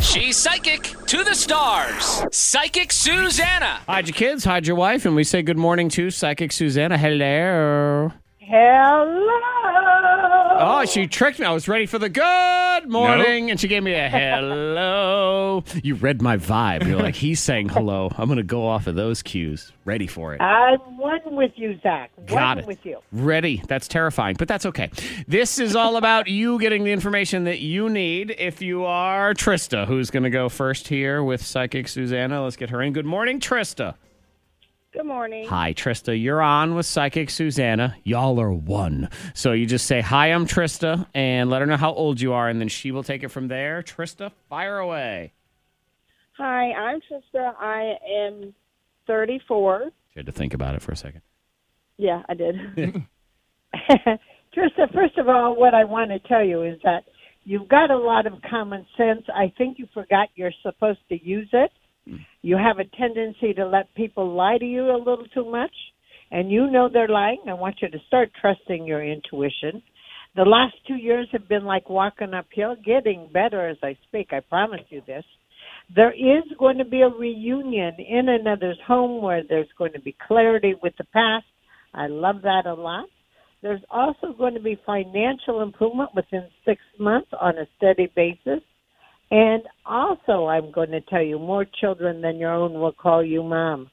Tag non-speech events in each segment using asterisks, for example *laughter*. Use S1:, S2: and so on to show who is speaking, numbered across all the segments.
S1: She's psychic to the stars. Psychic Susanna.
S2: Hide your kids, hide your wife, and we say good morning to Psychic Susanna. Hello.
S3: Hello.
S2: Oh, she tricked me. I was ready for the good morning, and she gave me a hello. you read my vibe. You're like, he's saying hello. I'm going to go off of those cues. Ready for it.
S3: I'm one with you, Zach. One
S2: Got it.
S3: with you.
S2: Ready. That's terrifying, but that's okay. This is all about you getting the information that you need. If you are Trista, who's going to go first here with Psychic Susanna, let's get her in. Good morning, Trista.
S3: Good morning.
S2: Hi, Trista. You're on with Psychic Susanna. Y'all are one. So you just say, Hi, I'm Trista, and let her know how old you are, and then she will take it from there. Trista, fire away.
S3: Hi, I'm Trista. I am 34.
S2: She had to think about it for a second.
S3: Yeah,
S2: *laughs*
S3: I did. Trista, first of all, what I want to tell you is that you've got a lot of common sense. I think you forgot you're supposed to use it. You have a tendency to let people lie to you a little too much, and you know they're lying. I want you to start trusting your intuition. The last two years have been like walking uphill, getting better as I speak. I promise you this. There is going to be a reunion in another's home where there's going to be clarity with the past. I love that a lot. There's also going to be financial improvement within six months on a steady basis. And also, I'm going to tell you, more children than your own will call you mom.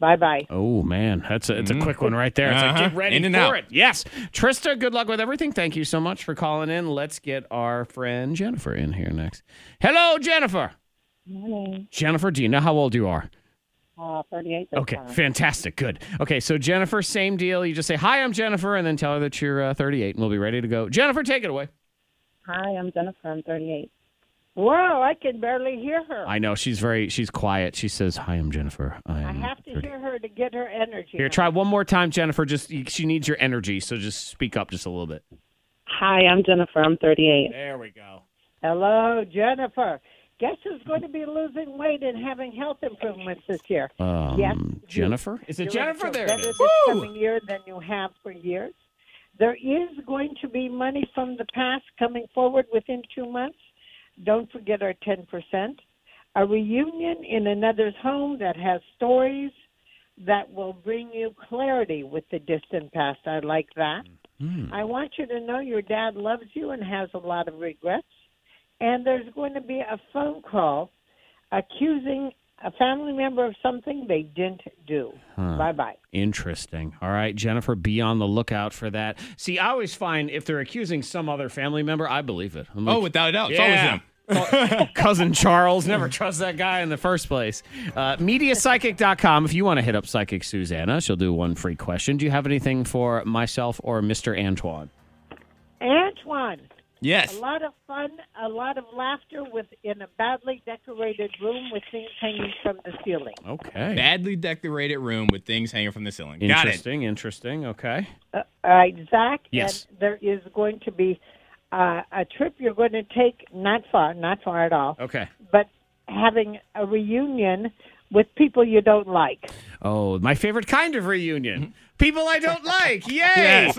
S3: Bye bye.
S2: Oh, man. That's a, it's a quick one right there. It's like,
S1: Mm-hmm. Uh-huh.
S2: get ready
S1: In and
S2: for
S1: out.
S2: it. Yes. Trista, good luck with everything. Thank you so much for calling in. Let's get our friend Jennifer in here next. Hello, Jennifer. Jennifer, do you know how old you are?
S3: Uh, 38 this
S2: Okay,
S3: time.
S2: fantastic. Good. Okay, so Jennifer, same deal. You just say, Hi, I'm Jennifer, and then tell her that you're uh, 38, and we'll be ready to go. Jennifer, take it away.
S4: Hi, I'm Jennifer. I'm 38.
S3: Wow, I can barely hear her. I,
S2: I know she's very, she's quiet. She says, Hi, I'm Jennifer. I'm
S3: have to
S2: 38."
S3: hear her to get her energy.
S2: Mm, Here, try one more time, Jennifer. Just She needs your energy, so just speak up just a little bit.
S4: Hi, I'm Jennifer. I'm 38.
S2: There we go.
S3: Hello, Oh, Jennifer. Guess who's going to be losing weight and having health improvements this year?
S2: Um,
S3: Yes, you.
S2: Jennifer? Is it
S3: You're gonna
S2: Jennifer?
S3: feel
S2: There it
S3: better
S2: is.
S3: this coming year than you have for years. There is going to be money from the past coming forward within two months. Don't forget our 10%. A reunion in another's home that has stories that will bring you clarity with the distant past. I like that. I want you to know your dad loves you and has a lot of regrets. And there's going to be a phone call accusing a family member of something they didn't do. Bye bye.
S2: Interesting. All right, Jennifer, be on the lookout for that. See, I always find if they're accusing some other family member, I believe it. I'm like,
S5: Oh, without a doubt.
S2: *laughs*
S5: It's
S2: always him. Cousin Charles. Never trust that guy in the first place. Uh, MediaPsychic.com. If you want to hit up Psychic Susanna, she'll do one free question. Do you have anything for myself or Mr. Antoine?
S3: Antoine, a
S5: Yes.
S3: lot of fun, a lot of laughter with in a badly decorated room with things hanging from the ceiling.
S2: Okay.
S5: Badly decorated room with things hanging from the ceiling. Got it.
S2: interesting. Interesting. Okay.
S3: Uh, all right, Zach.
S2: Yes.
S3: And there is going to be uh, a trip you're going to take, not far, not far at all,
S2: Okay.
S3: but having a reunion with people you don't like.
S2: Oh, my favorite kind of reunion. People I
S3: *laughs*
S2: don't like. Yay!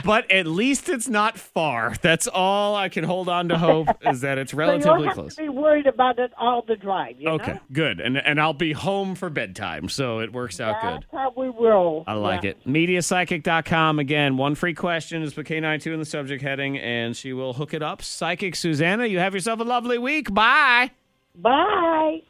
S2: *laughs* but at least it's not far. That's all I can hold on to hope is that it's
S3: *laughs* So you don't
S2: relatively
S3: have
S2: close. Oh,
S3: to be worried about it all the drive. You
S2: Okay,
S3: Know?
S2: good. And and I'll be home for bedtime, so it works out
S3: That's
S2: good. Uh,
S3: how we roll.
S2: I like
S3: Yeah.
S2: it. Mediapsychic.com. Again, one free question is with K92 in the subject heading, and she will hook it up. Psychic Susanna, you have yourself a lovely week. Bye.
S3: Bye.